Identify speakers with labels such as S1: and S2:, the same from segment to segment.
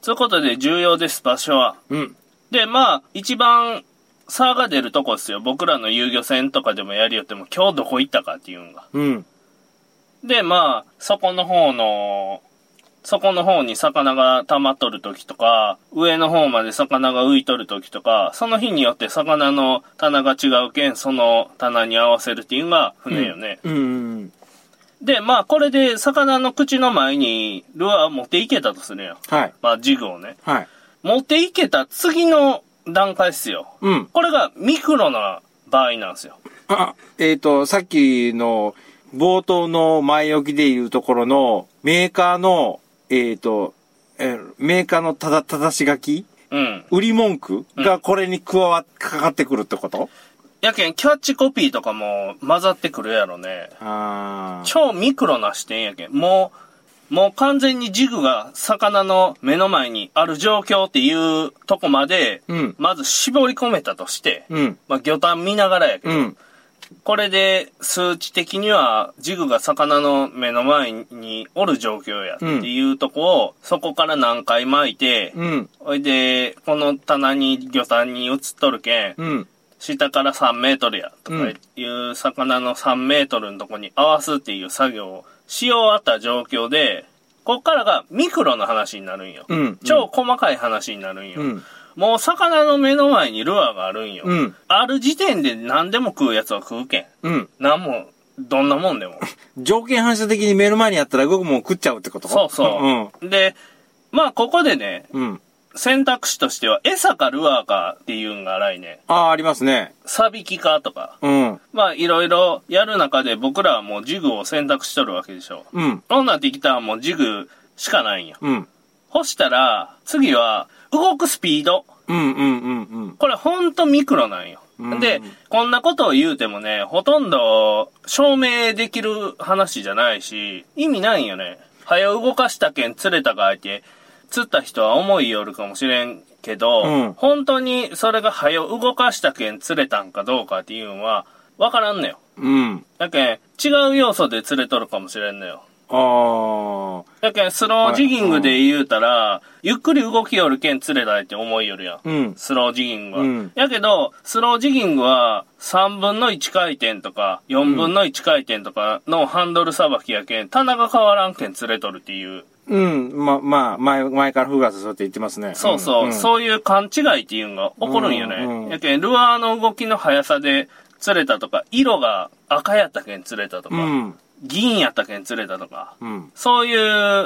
S1: そういうことで重要です、場所は。
S2: うん。
S1: で、まあ、一番差が出るとこですよ。僕らの遊漁船とかでもやりよっても、今日どこ行ったかっていうんが。
S2: うん。
S1: で、まあ、そこの方の、そこの方に魚が溜まっとる時とか、上の方まで魚が浮いとる時とか、その日によって魚の棚が違うけん、その棚に合わせるっていうのが船よね。
S2: うんうん。
S1: で、まあ、これで魚の口の前にルアーを持っていけたとするよ。
S2: はい。
S1: まあ、ジグをね。
S2: はい。
S1: 持っていけた次の段階っすよ。
S2: うん。
S1: これがミクロな場合なんですよ。
S2: あ、えっ、と、さっきの冒頭の前置きでいうところのメーカーの、えっ、と、えーメーカーのただ、ただし書き
S1: うん。
S2: 売り文句がこれに加わっ、かかってくるってこと
S1: やけん、キャッチコピーとかも混ざってくるやろね。
S2: あー。
S1: 超ミクロな視点やけん。もう、もう完全にジグが魚の目の前にある状況っていうとこまで、
S2: うん。
S1: まず絞り込めたとして、
S2: うん。
S1: まあ魚探見ながらやけ
S2: う
S1: ど、
S2: ん。
S1: これで数値的にはジグが魚の目の前におる状況やっていうとこを、そこから何回巻いて、
S2: うん。
S1: ほいで、この棚に魚探に移っとるけん、
S2: うん。
S1: 下から3メートルや、とかいう魚の3メートルのとこに合わすっていう作業をし終わった状況で、こっからがミクロの話になるんよ。
S2: うん。
S1: 超細かい話になるんよ。
S2: うん。
S1: もう魚の目の前にルアーがあるんよ。
S2: うん
S1: ある時点で何でも食うやつは食うけん。
S2: うん。
S1: なんも、どんなもんで も。
S2: 条件反射的に目の前にあったら動くもん食っちゃうってこと
S1: そうそう。で、まあここでね、
S2: うん。うん。
S1: 選択肢としては餌かルアーかっていうんが荒いね。
S2: ああ、ありますね。
S1: サビキかとか。
S2: うん。
S1: まあいろいろやる中で僕らはもうジグを選択しとるわけでしょ。
S2: うん。
S1: そうなってきたらもうジグしかないんよ。
S2: うん。
S1: 干したら、次は動くスピード。
S2: うんうんうんうん。
S1: これほんとミクロなんよ
S2: うん。
S1: で、こんなことを言うてもね、ほとんど証明できる話じゃないし、意味ないんよね。早動かしたけん釣れたかいて、釣った人は思いよるかもしれんけど、
S2: うん
S1: 本当にそれが早動かしたけん釣れたんかどうかっていうのは、わからんのよ。
S2: うん。
S1: だけん、違う要素で釣れとるかもしれんのよ。
S2: あ
S1: だけん、スロージギングで言うたら、ゆっくり動きよるけん釣れたいって思いよるやん
S2: あ。うん。
S1: スロージギングは。
S2: うん
S1: やけど、スロージギングは3分の1回転とか4分の1回転とかのハンドルさばきやけん、棚が変わらんけん釣れとるっていう。
S2: うん。ま、まあ、前、前からフグラスそうやって言ってますね。
S1: そうそう、
S2: ん
S1: そういう勘違いっていうのが起こるんよね。
S2: うんうん
S1: やけん、ルアーの動きの速さで釣れたとか、色が赤やったけん釣れたとか、
S2: うん。
S1: 銀やったけん釣れたとか、
S2: うん。
S1: そうい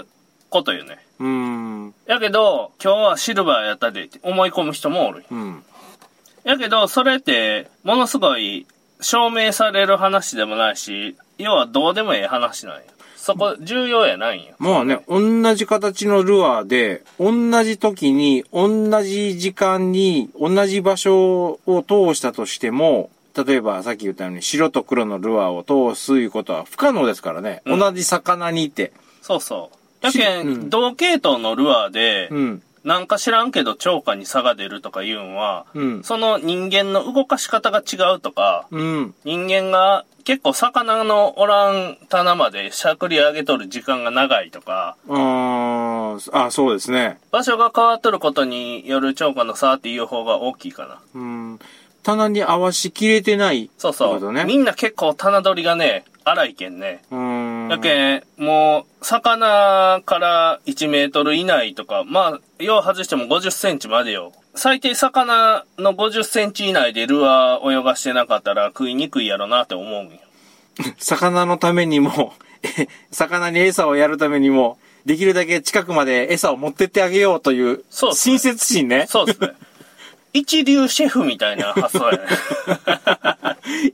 S1: うことよね。
S2: うん。
S1: やけど、今日はシルバーやったでって思い込む人もおるんよ
S2: うん。
S1: やけど、それって、ものすごい、証明される話でもないし、要はどうでもええ話なんよ。そこ、重要やないんよ。
S2: まあね、同じ形のルアーで、同じ時に、同じ時間に、同じ場所を通したとしても、例えばさっき言ったように白と黒のルアーを通すいうことは不可能ですからね。
S1: うん
S2: 同じ魚にいて。
S1: そうそう。やけん、
S2: うん
S1: 同系統のルアーで、
S2: うん。
S1: なんか知らんけど超過に差が出るとかいうんは、
S2: うん。
S1: その人間の動かし方が違うとか、
S2: うん。
S1: 人間が結構魚のおらん棚までしゃくり上げとる時間が長いとか、
S2: あーあ、そうですね。
S1: 場所が変わっとることによる超過の差っていう方が大きいかな。
S2: うん。棚に合わしきれてない。
S1: そうそ
S2: ってこと
S1: う。
S2: ね
S1: みんな結構棚取りがね、荒いけんね。
S2: うん。
S1: だけん、もう、魚から1メートル以内とか、まあ、よう外しても50センチまでよ。最低魚の50センチ以内でルアー泳がしてなかったら食いにくいやろなって思うんよ。
S2: 魚のためにも、 え魚に餌をやるためにも、できるだけ近くまで餌を持ってってあげようという、
S1: そうですね
S2: 親切 心ね。
S1: そう ですね。一流シェフみたいな発想やね。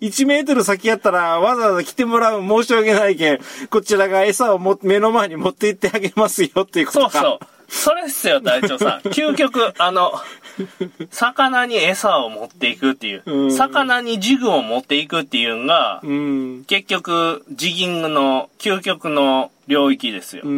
S2: 1メートル先やったら、わざわざ来てもらう申し訳ないけん、こちらが餌をも目の前に持って行ってあげますよっていうこ
S1: そ
S2: と
S1: う
S2: か。
S1: そう。それっすよ、隊長さん。究極、あの、魚に餌を持っていくっていう、
S2: うん
S1: 魚にジグを持っていくっていうのが、
S2: うん。
S1: 結局、ジギングの究極の領域ですよ。
S2: うん。う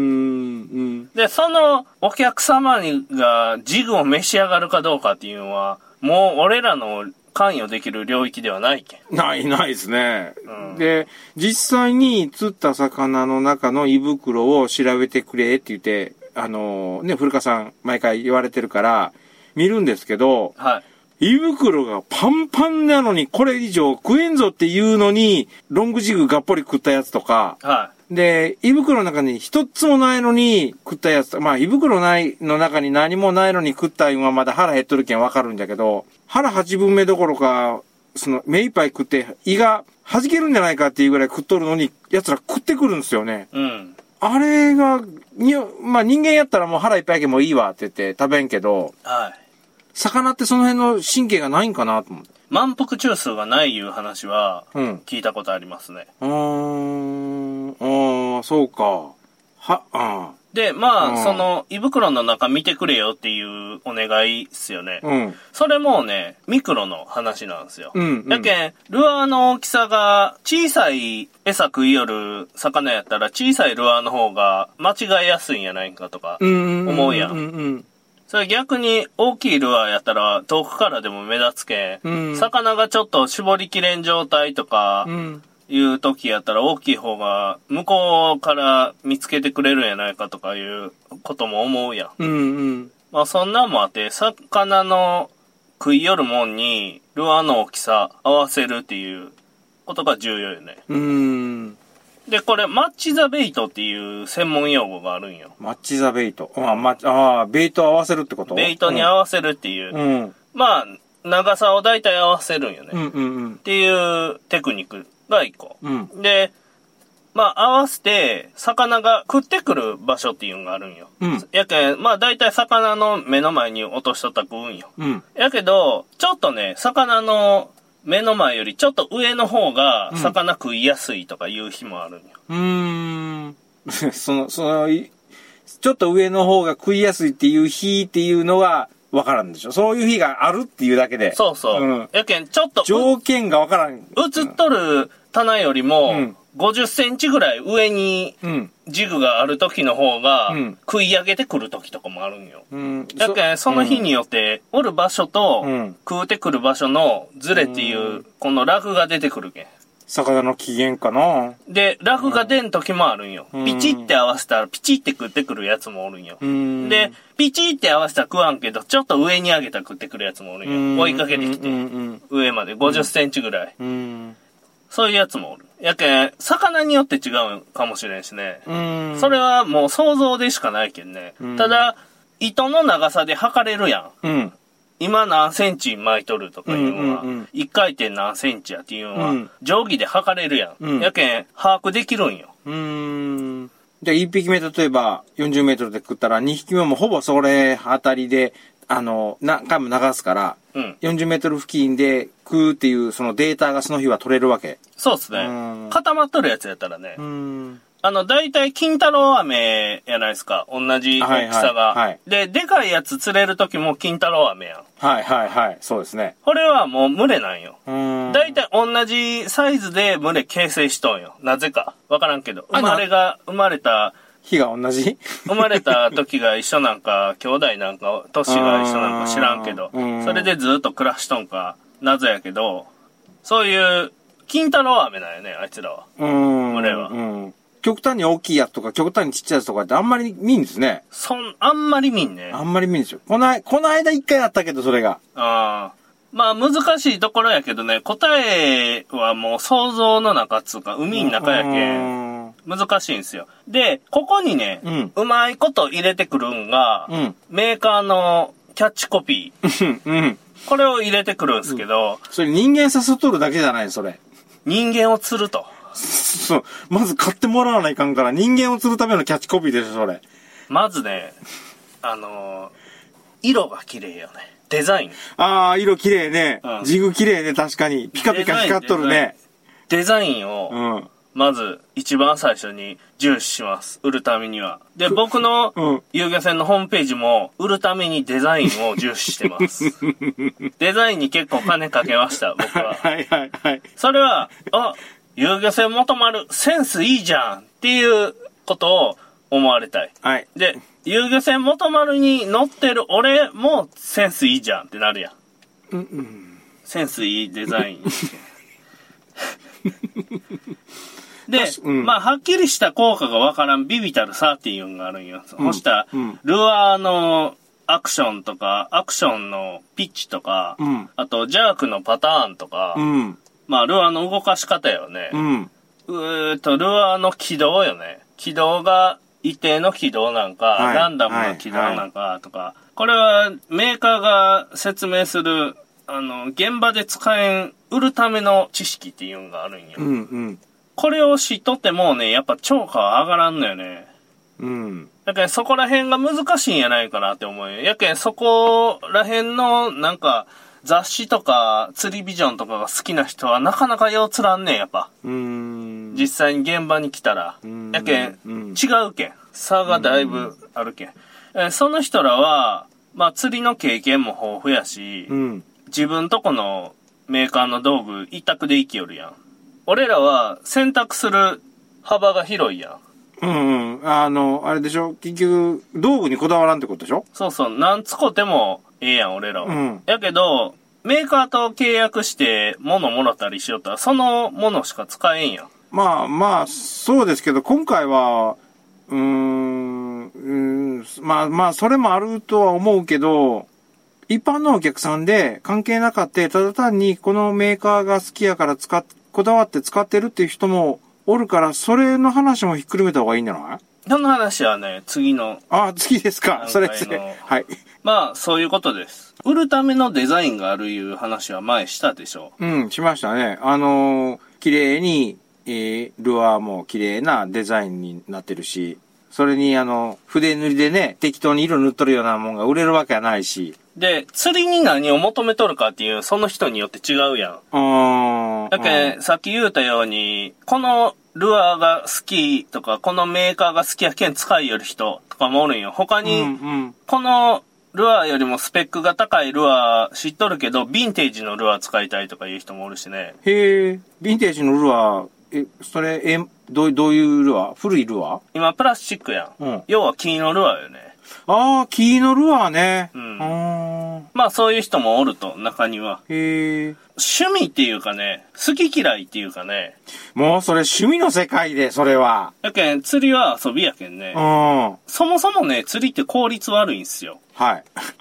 S2: ん。
S1: で、そのお客様にがジグを召し上がるかどうかっていうのは、もう俺らの関与できる領域ではないけん。
S2: ない、ないですね。
S1: うん
S2: で、実際に釣った魚の中の胃袋を調べてくれって言って、あのね、古川さん毎回言われてるから、見るんですけど、
S1: はい。
S2: 胃袋がパンパンなのにこれ以上食えんぞっていうのに、ロングジグがっぽり食ったやつとか、
S1: は
S2: で、胃袋の中に一つもないのに食ったやつと、まあ胃袋ないの中に何もないのに食ったんはまだ腹減っとるけんわかるんだけど、腹八分目どころか、その目いっぱい食って胃が弾けるんじゃないかっていうぐらい食っとるのに、奴ら食ってくるんですよね。
S1: い。うん。
S2: あれが、にまあ人間やったらもう腹いっぱいやけんもういいわって言って食べんけど、
S1: はい。
S2: 魚ってその辺の神経がないんかなと思って。
S1: 満腹中枢がないいう話は、
S2: うん。
S1: 聞いたことありますね。
S2: あー、あー、そうか。は、あ
S1: で、まあ、
S2: うん
S1: その、胃袋の中見てくれよっていうお願いっすよね。
S2: ー、うん。
S1: それもね、ミクロの話なんですよ。
S2: うんうん
S1: やけん、ルアーの大きさが、小さい餌食いよる魚やったら、小さいルアーの方が間違えやすいんやないんかとか。思
S2: 思
S1: うやん
S2: うんうん
S1: それ逆に、大きいルアーやったら、遠くからでも目立つけん、
S2: うん
S1: 魚がちょっと絞りきれん状態とか
S2: う、ん
S1: いう時やったら大きい方が向こうから見つけてくれるんやないかとかいうことも思うやん。
S2: うんうん
S1: まあそんなんもあって、魚の食い寄るもんにルアーの大きさ合わせるっていうことが重要よね。
S2: うん
S1: で、これマッチザベイトっていう専門用語があるんよ。
S2: マッチザベイトあマッチああベイト合わせるってこと
S1: ベイトに合わせるっていう。
S2: うんうん
S1: まあ、長さを大体合わせるんよね。
S2: う
S1: っ
S2: んうん
S1: ていうテクニックが一個。
S2: うん
S1: で、まあ、合わせて、魚が食ってくる場所っていうのがあるんよ。
S2: うん
S1: やけん、まあ、大体魚の目の前に落としとったら食うんよ。
S2: うん
S1: やけど、ちょっとね、魚の目の前よりちょっと上の方が
S2: うん
S1: 魚食いやすいとかいう日もあるんよ。
S2: うーん そのそのいちょっと上の方が食いやすいっていう日っていうのが分からんでしょそういう日があるっていうだけで
S1: そうそう。
S2: うん
S1: やけん、ちょっとう、
S2: 条件が分からん
S1: 映っとる棚より
S2: う
S1: も
S2: ん、
S1: 50センチぐらい上に
S2: うん
S1: ジグがある時の方が
S2: うん、
S1: 食い上げてくる時とかもあるんよ。
S2: うん
S1: だけどその日によって、おる場所と
S2: うん、
S1: 食うてくる場所のズレって
S2: う
S1: いう、このラグが出てくるけ。
S2: 魚の機嫌かなん
S1: で、ラグが出ん時もあるんよ
S2: うん。
S1: ピチって合わせたら、ピチって食ってくるやつもおるんよ
S2: う。ん
S1: で、ピチって合わせたら食わんけど、ちょっと上に上げたら食ってくるやつもおるんよ。追いかけてき
S2: うん
S1: て、
S2: うん
S1: 上まで50センチぐらい。
S2: うんうん
S1: そういうやつもおる。やけん、魚によって違うかもしれんしね。
S2: うん
S1: それはもう想像でしかないけんね
S2: うん。
S1: ただ、糸の長さで測れるやん。
S2: うん
S1: 今何センチ巻いとるとかいうのは、
S2: うんうんうん
S1: 一回転何センチやっていうのは、
S2: うん
S1: 定規で測れるやん。
S2: うん
S1: やけん、把握できるんよ。
S2: うーん。じゃあ1匹目例えば40メートルで食ったら2匹目もほぼそれあたりで、あの、何回も流すから、
S1: うん。
S2: 40メートル付近で食うっていうそのデータがその日は取れるわけ。
S1: そうっす
S2: うん
S1: ね。固まっとるやつやったらね、
S2: ん。
S1: あの、だいたい金太郎飴やないですか。同じ大きさが。
S2: はいはいはい
S1: で、でかいやつ釣れる時も金太郎飴やん。
S2: はいはいはい。そうですね。
S1: これはもう群れなんよ。
S2: うーん
S1: だいたい同じサイズで群れ形成しとんよ。なぜか。わからんけど。生まれが、生まれた、
S2: 日が同じ
S1: 生まれた時が一緒なんか、 兄弟なんか、年が一緒なんか知らんけど、
S2: うん
S1: それでずっと暮らしとんか、謎やけど、そういう、金太郎飴なんよね、あいつらは。
S2: うーん。
S1: これは
S2: うん。極端に大きいやつとか極端にちっちゃいやつとかってあんまり見んですね。
S1: そん、あんまり見んね。
S2: あ
S1: あ
S2: んまり見んですよ。この間、この間一回あったけどそれが。
S1: あー。まあ難しいところやけどね、答えはもう想像の中っつうか、海の中やけん、
S2: ん。
S1: 難しいんですよ。で、ここにね、
S2: うん
S1: うまいこと入れてくるんが、
S2: うん。
S1: メーカーのキャッチコピー。
S2: うん。うん。
S1: これを入れてくるんですけど、
S2: それ人間誘っとるだけじゃないそれ。
S1: 人間を釣ると。
S2: そう。まず買ってもらわないかんから、人間を釣るためのキャッチコピーでしょ、それ。
S1: まずね、あのー色が綺麗よね。デザイン。
S2: ああ、色綺麗ね
S1: う。ん
S2: ジグ綺麗ね、確かに。ピカピカ光っとるね。
S1: デザイン
S2: う
S1: を、
S2: ん。
S1: まず一番最初に重視します。売るためには。で、僕の
S2: うん
S1: 遊漁船のホームページも、売るためにデザインを重視して ます。デザインに結構金かけました、僕は。
S2: はいはいはい。
S1: それは、あ、遊漁船元丸、センスいいじゃんっていうことを思われたい。
S2: はい。
S1: で、遊漁船元丸に乗ってる俺もセンスいいじゃんってなるやん。
S2: うんうん。
S1: センスいいデザイン。で、
S2: 確かうん
S1: まあ、はっきりした効果がわからんビビタルさっていうのがあるんよ。
S2: うん
S1: そしたら
S2: うん、
S1: ルアーのアクションとか、アクションのピッチとか、
S2: うん
S1: あと、ジャークのパターンとか、
S2: うん。
S1: まあ、ルアーの動かし方よね。
S2: うん。
S1: うーっと、ルアーの軌道よね。軌道が一定の軌道なんか、
S2: はい
S1: ランダムな軌道なんかとか、これはメーカーが説明する、あの、現場で使えん、売るための知識っていうのがあるんよ。
S2: うん。うん。
S1: これを知っとってもね、やっぱ超価は上がらんのよね。
S2: うん。
S1: だけどそこら辺が難しいんやないかなって思うよ。やけんそこら辺のなんか雑誌とか釣りビジョンとかが好きな人はなかなかようつらんねん、やっぱ。
S2: うん。
S1: 実際に現場に来たら
S2: うん。
S1: やけん、
S2: うん
S1: 違うけん。差がだいぶあるけん。えーその人らは、まあ釣りの経験も豊富やし、
S2: うん。
S1: 自分とこのメーカーの道具一択で生きよるやん。俺らは選択する幅が広いやん。
S2: うん。うん。あの、あれでしょ結局、道具にこだわらんってことでしょ
S1: そうそう、なんつこてもええやん、俺らは。
S2: うん
S1: やけど、メーカーと契約して物もらったりしよったら、その物しか使えんやん。
S2: まあまあ、そうですけど、今回は、うーん、うーん、まあまあ、それもあるとは思うけど、一般のお客さんで関係なかって、ただ単にこのメーカーが好きやから使っ、こだわって使ってるっていう人もおるから、それの話もひっくるめた方がいいんじゃない
S1: その話はね、次の、
S2: あ、次ですか。それです
S1: 今回の
S2: ね。はい。
S1: まあ、そういうことです。売るためのデザインがあるいう話は前したでしょ
S2: うん、しましたね。あのー綺麗に、えールアーも綺麗なデザインになってるし、それにあの、筆塗りでね、適当に色塗っとるようなもんが売れるわけはないし。
S1: う。で、釣りに何を求めとるかっていう、その人によって違うやん。
S2: うーん。
S1: だけ、さっき言うたように、このルアーが好きとか、このメーカーが好きやけん使いよる人とかもおるんよ。他
S2: うん、
S1: に、
S2: うん、
S1: このルアーよりもスペックが高いルアー知っとるけど、ヴィンテージのルアー使いたいとかいう人もおるしね。
S2: へえ、ヴィンテージのルアー、え、それ、え、どう、どういうルアー古いルアー
S1: 今、プラスチックやん。
S2: うん。
S1: 要は金のルアーよね。
S2: ああ、木のルアーね。
S1: う
S2: うんーん。
S1: まあそういう人もおると、中には。
S2: へえ。
S1: 趣味っていうかね、好き嫌いっていうかね。
S2: もうそれ趣味の世界で、それは。
S1: やけん、釣りは遊びやけん
S2: う
S1: ね
S2: ん。。は
S1: そもそもね、釣りって効率悪いんすよ。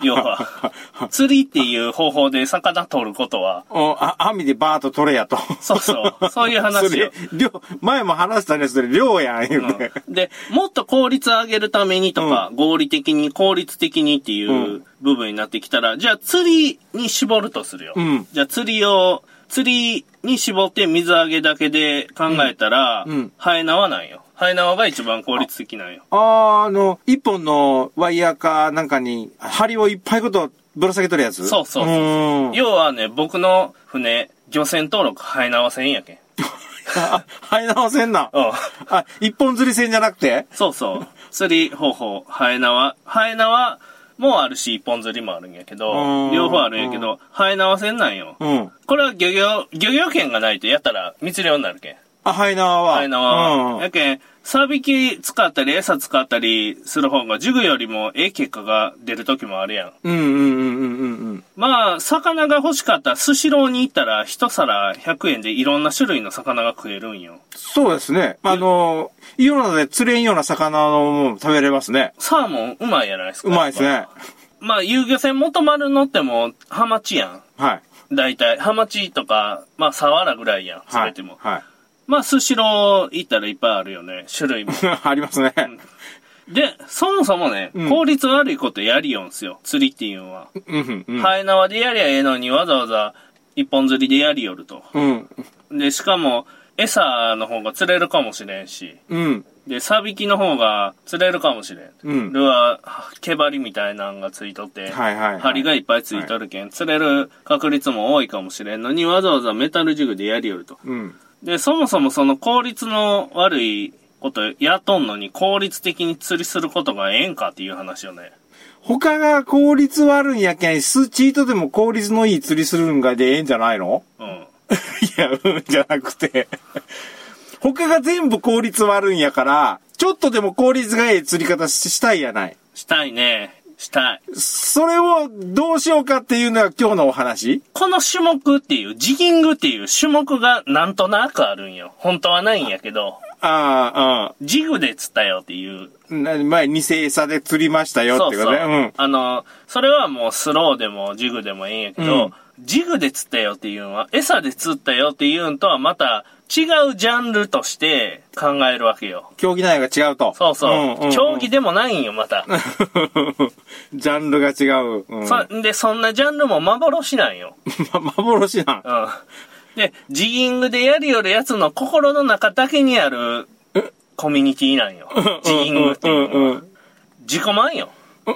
S2: い。
S1: 要は。 釣りっていう方法で魚取ることは。
S2: おあ網でバーッと取れやと。
S1: そうそう。そういう
S2: そ
S1: 話よ
S2: れ。、量、前も話したね、それ、量やん、言うて。
S1: うんで、もっと効率上げるためにとか、合理的に効率的にっていうう部分になってきたら、じゃあ釣りに絞るとするよ。
S2: うん
S1: じゃあ釣りを、釣りに絞って水揚げだけで考えたら、
S2: うんうん
S1: ハエナワなんよ。ハエナワが一番効率的なんよ。
S2: あー、あの、一本のワイヤーかなんかに、針をいっぱいことぶら下げとるやつ
S1: そうそうそうそう
S2: ーん。
S1: 要はね、僕の船、漁船登録ハエナワ船やけん。
S2: あ、はい直せんな。
S1: うん。
S2: あ、一本釣り線じゃなくて
S1: そうそう。釣り方法、ハエナワ。ハエナワもあるし、一本釣りもあるんやけ
S2: う
S1: ど、
S2: ん
S1: 両方あるんやけど、ハエナワ船なんよ。
S2: うん。
S1: これは漁業、漁業権がないとやったら密漁になるけん。
S2: あ、はい縄は。
S1: あいのは。
S2: うん
S1: や。けん、サビキ使ったり餌使ったりする方がジグよりもええ結果が出る時もあるやん。
S2: うんうんうんうんうんうん。
S1: まあ、魚が欲しかったらスシローに行ったら一皿100円でいろんな種類の魚が食えるんよ。
S2: そうですね。あの、いろんなで釣れんような魚のもの食べれますね。
S1: サーモンうまいやないですか。
S2: うまいです
S1: やっ
S2: ね
S1: ぱ。。まあ、遊漁船元丸乗ってもハマチやん。
S2: はい。
S1: 大体、ハマチとか、まあ、サワラぐらいやん。す
S2: は
S1: べ
S2: い
S1: ても。。
S2: はい。
S1: まあ、スシロー行ったらいっぱいあるよね。種類も。
S2: ありますね。
S1: で、そもそもね、
S2: うん
S1: 効率悪いことやりよんすよ、釣りっていうのは。
S2: うんうん。い。
S1: ハエ縄でやりゃええのにわざわざ一本釣りでやりよると。
S2: うん。
S1: で、しかも、餌の方が釣れるかもしれんし、
S2: うん。
S1: で、サビキの方が釣れるかもしれん。
S2: うん。
S1: ルアー、毛針みたいなんがついとって、
S2: はいはい、はい。
S1: 針がいっぱいついとるけん、釣れる確率も多いかもしれんのにわざわざメタルジグでやりよると。
S2: うん。
S1: で、そもそもその効率の悪いことやっとんのに効率的に釣りすることがええんかっていう話よね。
S2: 他が効率悪いんやけん、スチートでも効率のいい釣りするんがでええんじゃないの
S1: うん。
S2: いや、うんじゃなくて。他が全部効率悪いんやから、ちょっとでも効率がええ釣り方ししたいやない。
S1: したいね。したい。
S2: それをどうしようかっていうのが今日のお話
S1: この種目っていう、ジギングっていう種目がなんとなくあるんよ。本当はないんやけど、
S2: ああ、
S1: ジグで釣ったよっていう。
S2: うん。な前、二世餌で釣りましたよっ
S1: そ
S2: て
S1: う
S2: こと
S1: そう。
S2: ね。うん。
S1: あの、それはもうスローでもジグでもいいんやけど、
S2: うん
S1: ジグで釣ったよっていうのは、餌で釣ったよっていうのとはまた違うジャンルとして考えるわけよ。
S2: 競技内容が違うと。
S1: そうそう。
S2: んんん
S1: 競技でもないんよ、また。
S2: ジャンルが違う。うん、
S1: そんで、そんなジャンルも幻なんよ。
S2: ま、幻なん
S1: う。ん。で、ジギングでやるよるやつの心の中だけにあるコミュニティなんよ。ジギングっていう
S2: うん
S1: の
S2: う
S1: は。
S2: ん
S1: 自己満よ。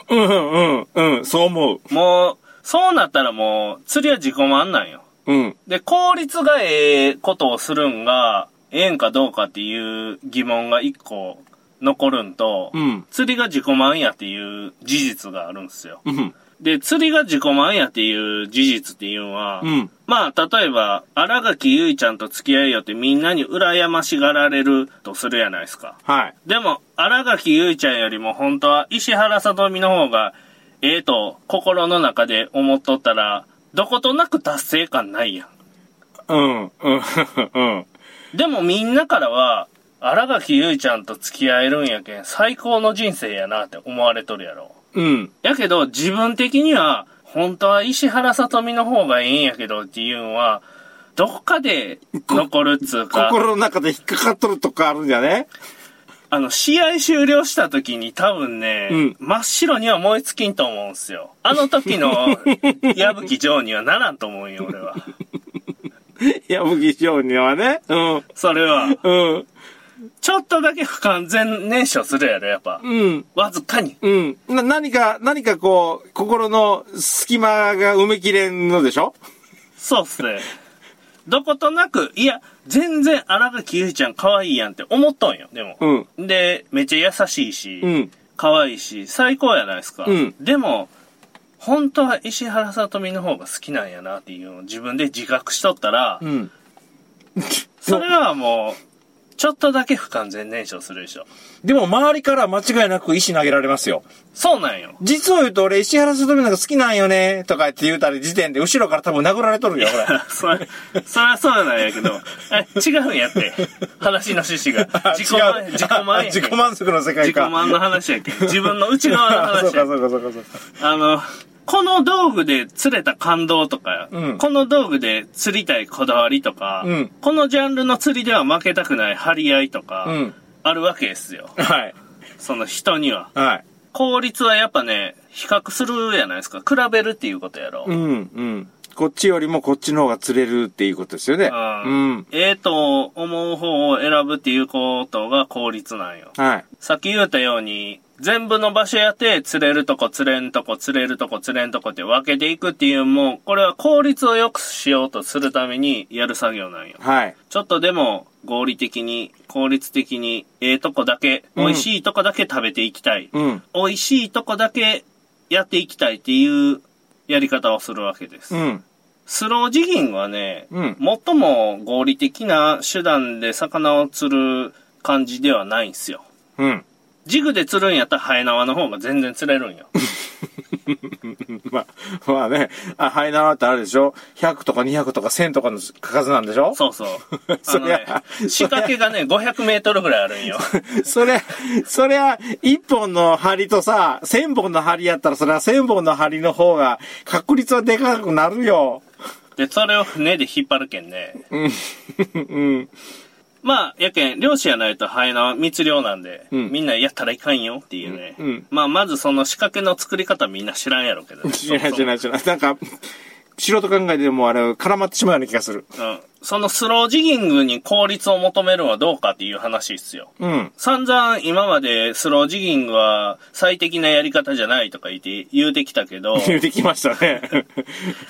S2: うんうんうんうん、そう思う。
S1: もう、そうなったらもう、釣りは自己満なんよ。
S2: うん。
S1: で、効率がええことをするんが、ええんかどうかっていう疑問が一個残るんと、
S2: うん。
S1: 釣りが自己満やっていう事実があるんですよ。
S2: うん。
S1: で、釣りが自己満やっていう事実っていうのは、
S2: うん。
S1: まあ、例えば、荒垣結衣ちゃんと付き合いよってみんなに羨ましがられるとするやないですか。
S2: はい。
S1: でも、荒垣結衣ちゃんよりも本当は石原さとみの方が、ええと心の中で思っとったら、どことなく達成感ないや
S2: うん。うん。うん。
S1: ん。でもみんなからは、荒垣結衣ちゃんと付き合えるんやけん、最高の人生やなって思われとるやろ。
S2: うん。
S1: やけど、自分的には、本当は石原さとみの方がいいんやけどっていうのは、どっかで残るっつうか、
S2: 心の中で引っかかっとるとこあるんじゃね
S1: あの、試合終了した時に多分ね、
S2: うん
S1: 真っ白には燃え尽きんと思うんすよ。あの時の 矢吹城にはならんと思うんよ、俺は。
S2: 矢吹少年はね。うん。
S1: それは、
S2: うん。
S1: ちょっとだけ不完全燃焼するやろ、やっぱ。
S2: うん。
S1: わずかに。
S2: うん。な、何か、何かこう、心の隙間が埋めきれんのでしょ
S1: そうっすね。どことなく、いや、全然荒垣結衣ちゃん可愛いやんって思っとんよ、でも。
S2: うん。
S1: で、めっちゃ優しいし、
S2: うん。
S1: 可愛いし、最高やないですか。
S2: うん
S1: でも、本当は石原さとみの方が好きなんやなっていうのを自分で自覚しとったら、
S2: うん。
S1: それはもう、ちょっとだけ不完全燃焼するでしょ。
S2: でも周りから間違いなく石投げられますよ。
S1: そうなん よ。
S2: 実を言うと俺石原さとみのが好きなんよね、とかって言うたり時点で後ろから多分殴られとるよ、これ。
S1: それ、それはそうなんやけど、あ違うんや って。話の趣旨が。 自己
S2: あ
S1: 満自己満
S2: 違、うあ
S1: やけ
S2: 自
S1: ん
S2: 己満足の世界
S1: 自
S2: か。
S1: 己満の話やけん。自分の内側の
S2: あ そう
S1: 話
S2: か
S1: や
S2: そうかそうかそうか。
S1: あの、この道具で釣れた感動とか、
S2: うん
S1: この道具で釣りたいこだわりとか、
S2: うん
S1: このジャンルの釣りでは負けたくない張り合いとか、
S2: うん
S1: あるわけですよ。
S2: はい。
S1: その人には。
S2: はい。
S1: 効率はやっぱね、比較するやないですか。比べるっていうことやろ。
S2: うん、うん。こっちよりもこっちの方が釣れるっていうことですよね。う
S1: うん
S2: ん。
S1: ええと思う方を選ぶっていうことが効率なんよ。
S2: はい。
S1: さっき言ったように、全部の場所やって、釣れるとこ釣れんとこ釣れるとこ釣れんとこって分けていくっていう、もう、これは効率を良くしようとするためにやる作業なんよ。
S2: はい。
S1: ちょっとでも合理的に、効率的に、ええとこだけ、
S2: うん
S1: 美味しいとこだけ食べていきたい。
S2: うん。
S1: 美味しいとこだけやっていきたいっていうやり方をするわけです。
S2: うん。
S1: スロージギングはね、
S2: うん
S1: 最も合理的な手段で魚を釣る感じではないんすよ。
S2: うん。
S1: ジグで釣るんやったらハエ縄の方が全然釣れるん よ。
S2: まあ、まあね、あ、ハイナワってあるでしょ ?100 とか200とか1000とかの数なんでしょ
S1: そうそう。あ
S2: そ
S1: の
S2: りゃ
S1: ね、 仕掛けがね、500メートルぐらいあるんよ。
S2: それ、そりゃ、1本の針とさ、1000本の針やったら、それは1000本の針の方が、確率はでかくなるよ。
S1: で、それを船で引っ張るけんね。
S2: うん。
S1: まあ、やけん、漁師やないとハエ縄密漁なんで、
S2: うん
S1: みんなやったらいかんよっていうね。
S2: うんうん
S1: まあ、まずその仕掛けの作り方みんな知らんやろうけ どね。
S2: 知らない知らない知らない。なんか、素人考えでもうあれ、絡まってしまうような気がする。
S1: うん。そのスロージギングに効率を求めるのはどうかっていう話っすよ。
S2: うん。
S1: 散々今までスロージギングは最適なやり方じゃないとか言って言うてきたけ ど、
S2: 言うてきましたね。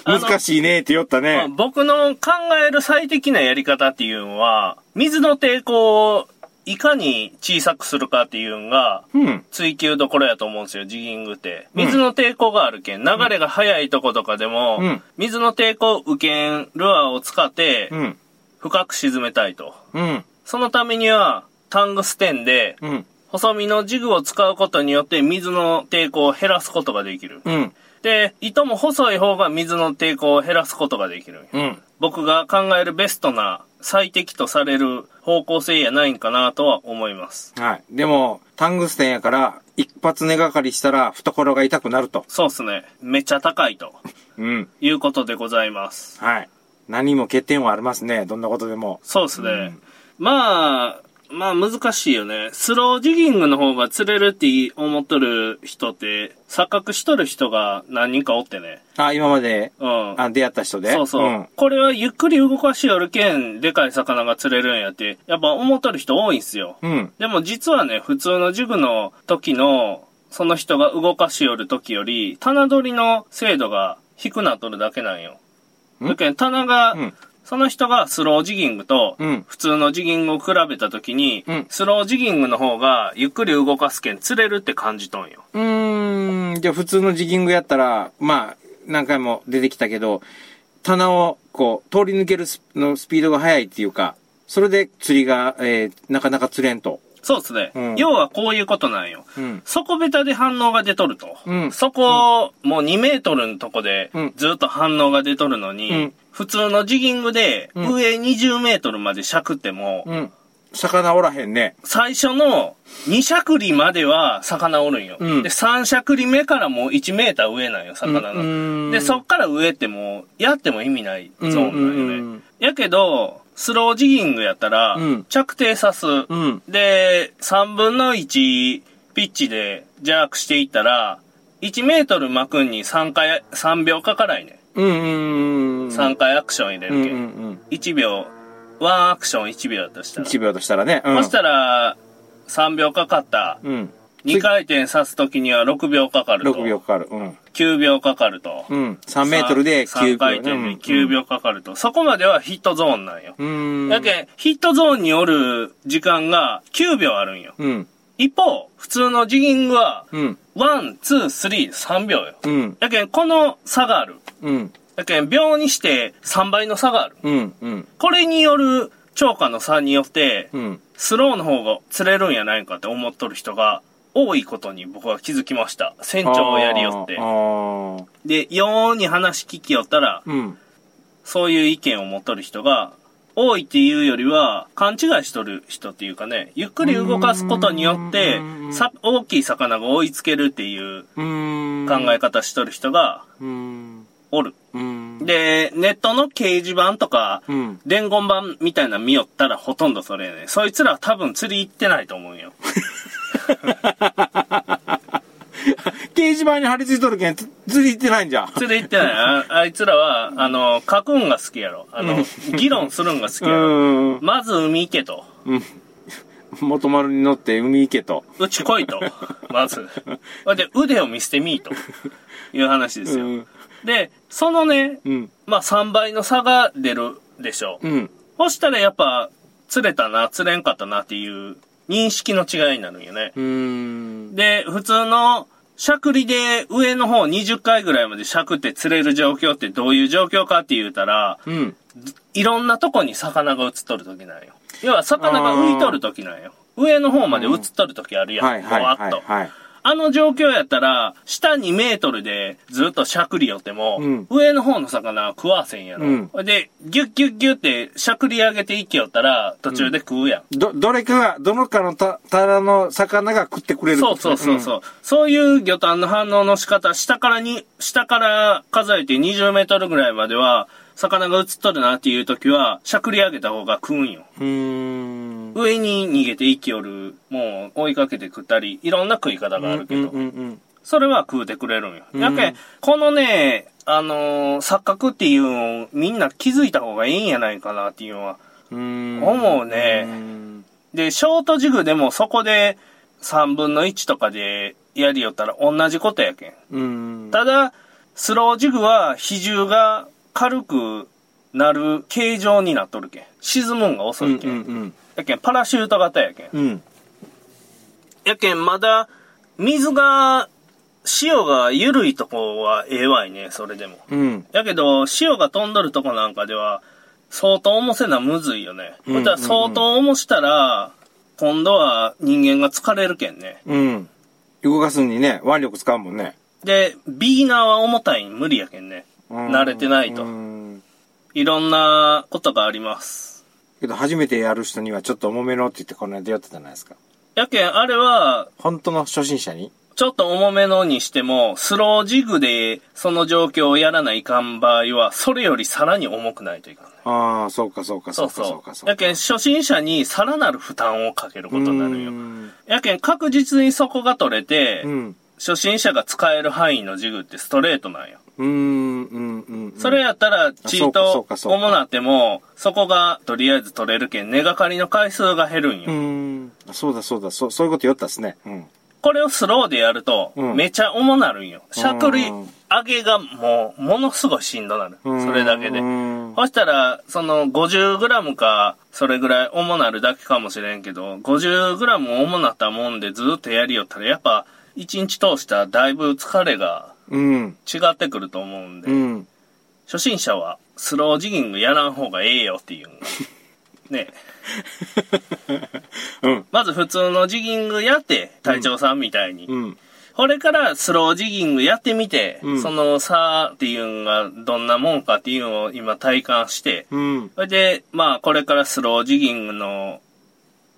S1: あの
S2: 難しいねって言おった
S1: まあ
S2: ね。
S1: 僕の考える最適なやり方っていうのは、水の抵抗をいかに小さくするかっていうのが、
S2: うん。
S1: 追求どころやと思うんですよ、ジギングって。水の抵抗があるけん、流れが速いとことかでも、
S2: うん
S1: 水の抵抗を受けんルアーを使って
S2: う、ん。
S1: 深く沈めたいと。
S2: うん。
S1: そのためには、タングステンで、
S2: うん。
S1: 細身のジグを使うことによって水の抵抗を減らすことができる。
S2: うん。
S1: で、糸も細い方が水の抵抗を減らすことができる。
S2: うん。
S1: 僕が考えるベストな最適とされる方向性やないんかなとは思います。
S2: はい。でも、タングステンやから、一発根がかりしたら懐が痛くなると。
S1: そうっすね。めっちゃ高いと
S2: うん。
S1: いうことでございます。
S2: はい。何も欠点はありますね。どんなことでも。
S1: そうっすね。まあ、まあ難しいよね。スロージギングの方が釣れるって思っとる人って、錯覚しとる人が何人かおってね。
S2: あ、今まで、
S1: うん。
S2: あ、出会った人で。
S1: そうそう、
S2: ん。
S1: これはゆっくり動かしよるけん、でかい魚が釣れるんやって、やっぱ思っとる人多いんすよ。
S2: うん。
S1: でも実はね、普通のジグの時の、その人が動かしよる時より、棚取りの精度が低くなっとるだけなんよ。
S2: ん
S1: だけど棚が、
S2: うん
S1: その人がスロージギングと
S2: うん、
S1: 普通のジギングを比べた時に、
S2: うん
S1: スロージギングの方がゆっくり動かすけん釣れるって感じとんよ。
S2: うーん。じゃあ普通のジギングやったら、まあ、何回も出てきたけど、棚を、こう、通り抜けるスのスピードが速いっていうか、それで釣りが、えー、なかなか釣れんと。
S1: そうですね、
S2: うん
S1: 要はこういうことなんよ。
S2: うん。
S1: 底ベタで反応が出とると。
S2: うん
S1: そこ、もう2メートルのとこで
S2: うん、
S1: ずっと反応が出とるのに、
S2: うん
S1: 普通のジギングで、
S2: うん
S1: 上20メートルまでしゃくっても、
S2: うん。魚おらへんね。
S1: 最初の2しゃくりまでは魚おるんよ。
S2: うん
S1: で、3しゃくり目からもう1メーター上なんよ、魚
S2: う
S1: の。
S2: ん
S1: で、そっから上ってもう、やっても意味ないゾーン
S2: うんう
S1: なんん
S2: う
S1: よ
S2: ん
S1: ね。やけど、スロージギングやったら、
S2: うん
S1: 着底さす。
S2: うん。
S1: で、3分の1ピッチでジャークしていったら、1メートル巻くんに3回、3秒かからいね。
S2: うんうんうん。
S1: 3回アクション入れ
S2: う
S1: る
S2: んうん
S1: け。ん、
S2: うん。
S1: 1秒、ワンアクション1秒だとしたら。
S2: 1秒としたらね。うん。
S1: そしたら、3秒かかった。
S2: うん。
S1: 2回転刺すときには6秒かかると。
S2: 6秒。かかる。うん。
S1: 9秒かかると。
S2: うん。3メートルで9
S1: 3回
S2: 秒
S1: 転
S2: ね。
S1: で
S2: うん
S1: 9。秒かかると。そこまではヒットゾーンなんよ。
S2: うん。
S1: だけんヒットゾーンにおる時間が9秒あるんよ。
S2: うん。
S1: 一方、普通のジギングは、
S2: うん。
S1: ワン、ツー、スリー、3秒よ。
S2: うん。
S1: やけん、この差がある。
S2: うん。
S1: やけん、秒にして3倍の差がある。
S2: うん。うん。
S1: これによる超過の差によって、
S2: うん。
S1: スローの方が釣れるんやないかって思っとる人が多いことに僕は気づきました。船長をやりよって
S2: あ。ーあー。
S1: で、ように話聞きよったら、
S2: うん。
S1: そういう意見を持っとる人が、多いっていうよりは、勘違いしとる人っていうかね、ゆっくり動かすことによって
S2: う、ん
S1: さ、大きい魚が追いつけるっていう
S2: うーん。
S1: 考え。方しとる人が
S2: うーん。
S1: おる。
S2: うん。
S1: で、ネットの掲示板とか、
S2: うん。
S1: 伝言板みたいなの見よったらほとんどそれやね。そいつらは多分釣り行ってないと思うよ。
S2: 掲示板に貼り付いとるけん、つ釣り行ってないんじゃん。
S1: 釣り行って ない。ああいつらは、あの、書くんが好きやろ。あの、議論するんが好き
S2: う
S1: やろ。
S2: ーん。
S1: まず海行けと。
S2: 元丸に乗って海行けと。
S1: うち来い と。まず。で、腕を見せてみいと。いう話です
S2: う
S1: よ。
S2: ん。
S1: で、そのね、
S2: うん。
S1: まあ3倍の差が出るでしょう。
S2: うん。
S1: そしたらやっぱ、釣れたな、釣れんかったなっていう認識の違いになるんよね。
S2: うーん。
S1: で、普通の、しゃくりで上の方20回ぐらいまでしゃくって釣れる状況ってどういう状況かって言うたら、
S2: うん。
S1: いろんなとこに魚が映っとる時なんよ。要は魚が浮いとる時なんよ。上の方まで映っとる時あるやん。
S2: はいはい
S1: ぼわ
S2: は
S1: っ
S2: い
S1: と。
S2: はい。
S1: あの状況やったら、下2メートルでずっとしゃくり寄っても、
S2: うん
S1: 上の方の魚は食わせんやろ。
S2: うん
S1: で、ギュッギュッギュッってしゃくり上げていきよったら、途中で食うやん。
S2: ど、どれかが、どのかのた、たらの魚が食ってくれる。
S1: そうそうそうそう。そういう魚探の反応の仕方、下からに、下から数えて20メートルぐらいまでは、魚が映っとるなっていう時は、しゃくり上げた方が食うんよ。
S2: うーん。
S1: 上に逃げて生きよる、もう追いかけて食ったり、いろんな食い方があるけど、
S2: うんうん
S1: それは食うてくれるんよ。
S2: うん
S1: やけん、このね、あのー錯覚っていうのをみんな気づいた方がいいんやないかなっていうのは。
S2: うん。
S1: 思うね
S2: ん。
S1: で、ショートジグでもそこで3分の1とかでやりよったら同じことやけん。
S2: うん。
S1: ただ、スロージグは比重が軽くなる形状になっとるけん。沈むんが遅
S2: うん
S1: いけ。
S2: うんん
S1: やけん、パラシュート型やけん。
S2: うん。うん。
S1: やけん、まだ、水が、潮が緩いとこはええわいね、それでも。
S2: うん。
S1: やけど、潮が飛んどるとこなんかでは、相当重せなむずいよね。
S2: うんうんうん
S1: だから相当重したら、今度は人間が疲れるけんね。
S2: うん。動かすにね、腕力使うもんね。
S1: で、ビギナーは重たいん無理やけんね。
S2: うん
S1: 慣れてないと
S2: うん
S1: いろんなことがあります。
S2: けど初めてやる人にはちょっと重めのって言ってこの間やってたじゃないですか。
S1: やけん、あれは、
S2: 本当の初心者に
S1: ちょっと重めのにしても、スロージグでその状況をやらないかん場合は、それよりさらに重くないといかんね。
S2: ああ、そうかそうか
S1: そう
S2: そ
S1: う
S2: かそうか
S1: そ。
S2: そううか。
S1: やけん、初心者にさらなる負担をかけることになる
S2: う
S1: よ。
S2: ん
S1: やけん、確実にそこが取れて、
S2: うん。
S1: 初心者が使える範囲のジグってストレートなんよ。
S2: うん、うん、うん。
S1: それやったら、チー
S2: そう
S1: ト
S2: かそうかそうか
S1: 主なっても、そこがとりあえず取れるけん、根がかりの回数が減るん
S2: う
S1: よ。
S2: ん。そうだそうだ、そう、そういうこと言ったっすね。うん。
S1: これをスローでやると、
S2: うん
S1: めちゃ重なるんよ。しゃくり
S2: うん
S1: 上げがもう、ものすごいしんどなる。
S2: うん
S1: それだけで
S2: う。ん
S1: そしたら、その 50g か、それぐらい重なるだけかもしれんけど、50g 重なったもんでずっとやりよったら、やっぱ、1日通したらだいぶ疲れが
S2: うん。
S1: 違ってくると思うんで、
S2: うん。
S1: 初心者はスロージギングやらん方がええよって いう。ね。
S2: うん。
S1: まず普通のジギングやって、隊長さんみたいに。
S2: うん。
S1: これからスロージギングやってみて、
S2: うん
S1: その差っていうのがどんなもんかっていうのを今体感して、
S2: うん。
S1: それで、まあ、これからスロージギングの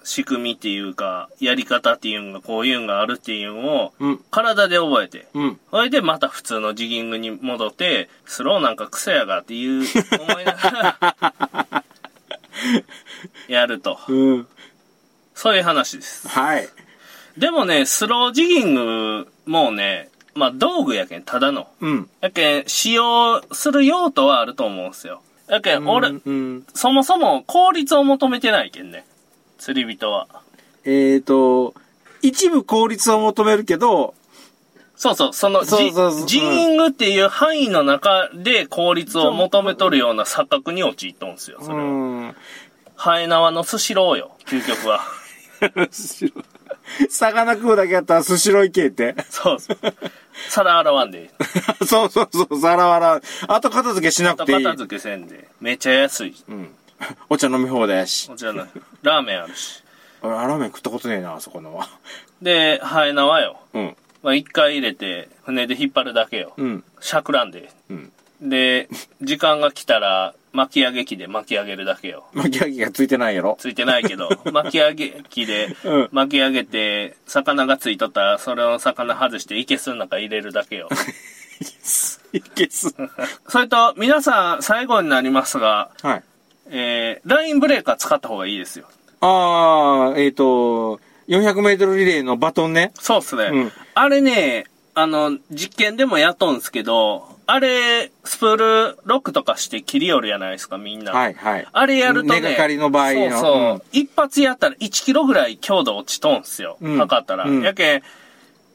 S1: 仕組みっていうか、やり方っていうのが、こういうのがあるっていうのを、
S2: うん。
S1: 体で覚えて、
S2: うん。
S1: それでまた普通のジギングに戻って、スローなんかクソやがっていう思いながら、 やると。
S2: うん。
S1: そういう話です。
S2: はい。
S1: でもね、スロージギングもね、まあ道具やけん、ただの。
S2: うん。
S1: やけん、使用する用途はあると思うんすよ。やけん、俺、
S2: うん。
S1: そもそも効率を求めてないけんね。釣り人は。
S2: えっと、一部効率を求めるけど、
S1: そうそう、その、
S2: そうそうそう
S1: ジジーニングっていう範囲の中で効率を求めとるような錯覚に陥っとんすよ、それは。
S2: うん。
S1: ハエ縄のスシローよ、究極 は。
S2: 魚食うだけやったらスシロー行けって。
S1: そうそう。皿洗わんで、
S2: そうそうそう、皿洗う。あと片付けしなくていい。
S1: 片付けせんで。めっちゃ安い。
S2: うん。お茶飲み放題やし
S1: こ。ちらの、ラーメンあるし。
S2: 俺、ラーメン食ったことねえな、あそこのは。
S1: で、ハエ縄よ。
S2: うん。
S1: まあ、一回入れて、船で引っ張るだけよ。
S2: うん。
S1: しゃくらんで。
S2: うん。
S1: で、時間が来たら、巻き上げ機で巻き上げるだけよ。
S2: 巻き上げがついてないやろ。
S1: ついてないけ ど、巻き上げ機で
S2: うん、
S1: 巻き上げて、魚がついとったら、それを魚外して、いけすの中入れるだけ よ。
S2: いけす。
S1: それと、皆さん、最後になりますが、
S2: はい。
S1: えー、ラインブレーカー使った方がいいですよ。
S2: あー、えっ、と、400メートルリレーのバトンね。
S1: そうっすね。
S2: うん
S1: あれね、あの、実験でもやっとんすけど、あれ、スプールロックとかして切り寄るやないですか、みんな。
S2: はい、はい。
S1: あれやるとね。
S2: 根掛かりの場合の
S1: そうそう。
S2: うん
S1: 一発やったら1キロぐらい強度落ちとんすよ。
S2: うん
S1: 測ったら。
S2: うん
S1: やけん、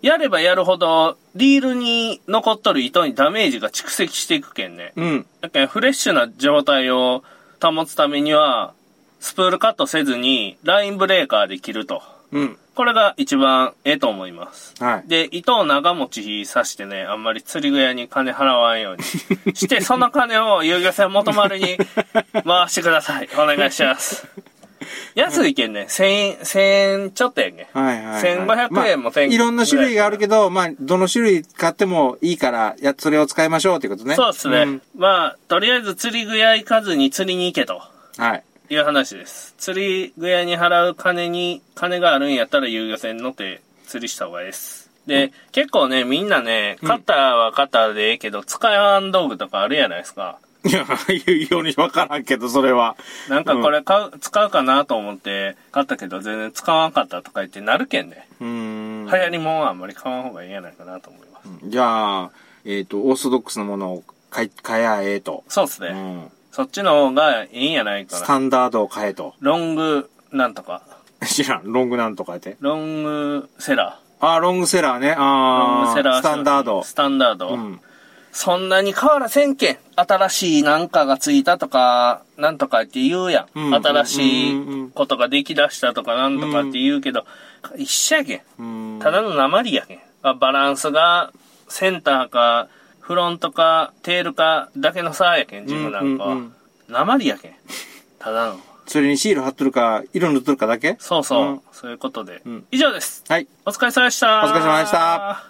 S1: やればやるほど、リールに残っとる糸にダメージが蓄積していくけんね。
S2: うん。
S1: やけん、フレッシュな状態を保つためには、スプールカットせずに、ラインブレーカーで切ると。
S2: うん。
S1: これが一番ええと思います。
S2: はい。
S1: で、糸を長持ちさしてね、あんまり釣り具屋に金払わんようにして、その金を遊漁船元丸に回してください。お願いし ます。安いけんね、1000円、1000円ちょっとやんね。
S2: はいはい、はい。
S1: 1500円も
S2: まあ
S1: 天気
S2: いろんな種類があるけど、まあ、どの種類買ってもいいから、や、それを使いましょうってことね。
S1: そうですね、
S2: ん
S1: まあ、とりあえず釣り具屋行かずに釣りに行けと
S2: はい。
S1: いう話です。釣り具屋に払う金に、金があるんやったら遊漁船乗って釣りした方がいいです。で、結構ね、みんなね、肩は肩でええけど、使わん道具とかあるやないですか。
S2: いや、言うようにわからんけど、それは。
S1: なんかこれ買う、使うかなと思って買ったけど全然使わんかったとか言ってなるけんね。
S2: うーん。
S1: 流行りもんはあんまり買わん方がいいんやないかなと思います。
S2: じゃあ、えっ、と、オーソドックスのものを買い、買ええと。
S1: そうっすね、
S2: うん。
S1: そっちの方がいいんやないか
S2: ス
S1: な。
S2: タンダードを買えと。
S1: ロングなんとか。
S2: 知らん。ロングなんとかやって。
S1: ロングセラー。
S2: あー、ロングセラーね。
S1: ロン
S2: あ
S1: グ
S2: ー、
S1: セラー
S2: スタンダード
S1: ス。タンダード。
S2: うん。
S1: そんなに変わらせんけん。新しいなんかがついたとか、なんとかって言うやん。
S2: うん
S1: 新しいことができだしたとかなんとかって言うけど、一緒やけん。
S2: うーん。
S1: ただの鉛やけん。バランスが、センターか、フロントか、テールかだけの差やけん、自分なんかは。
S2: うんうんうん
S1: 鉛やけん。ただの。
S2: それにシール貼っとるか、色塗っとるかだけ
S1: そうそう、
S2: うん
S1: そういうことで、
S2: ん
S1: 以上です。
S2: はい。
S1: お疲れ様でした。
S2: お疲れ様でした。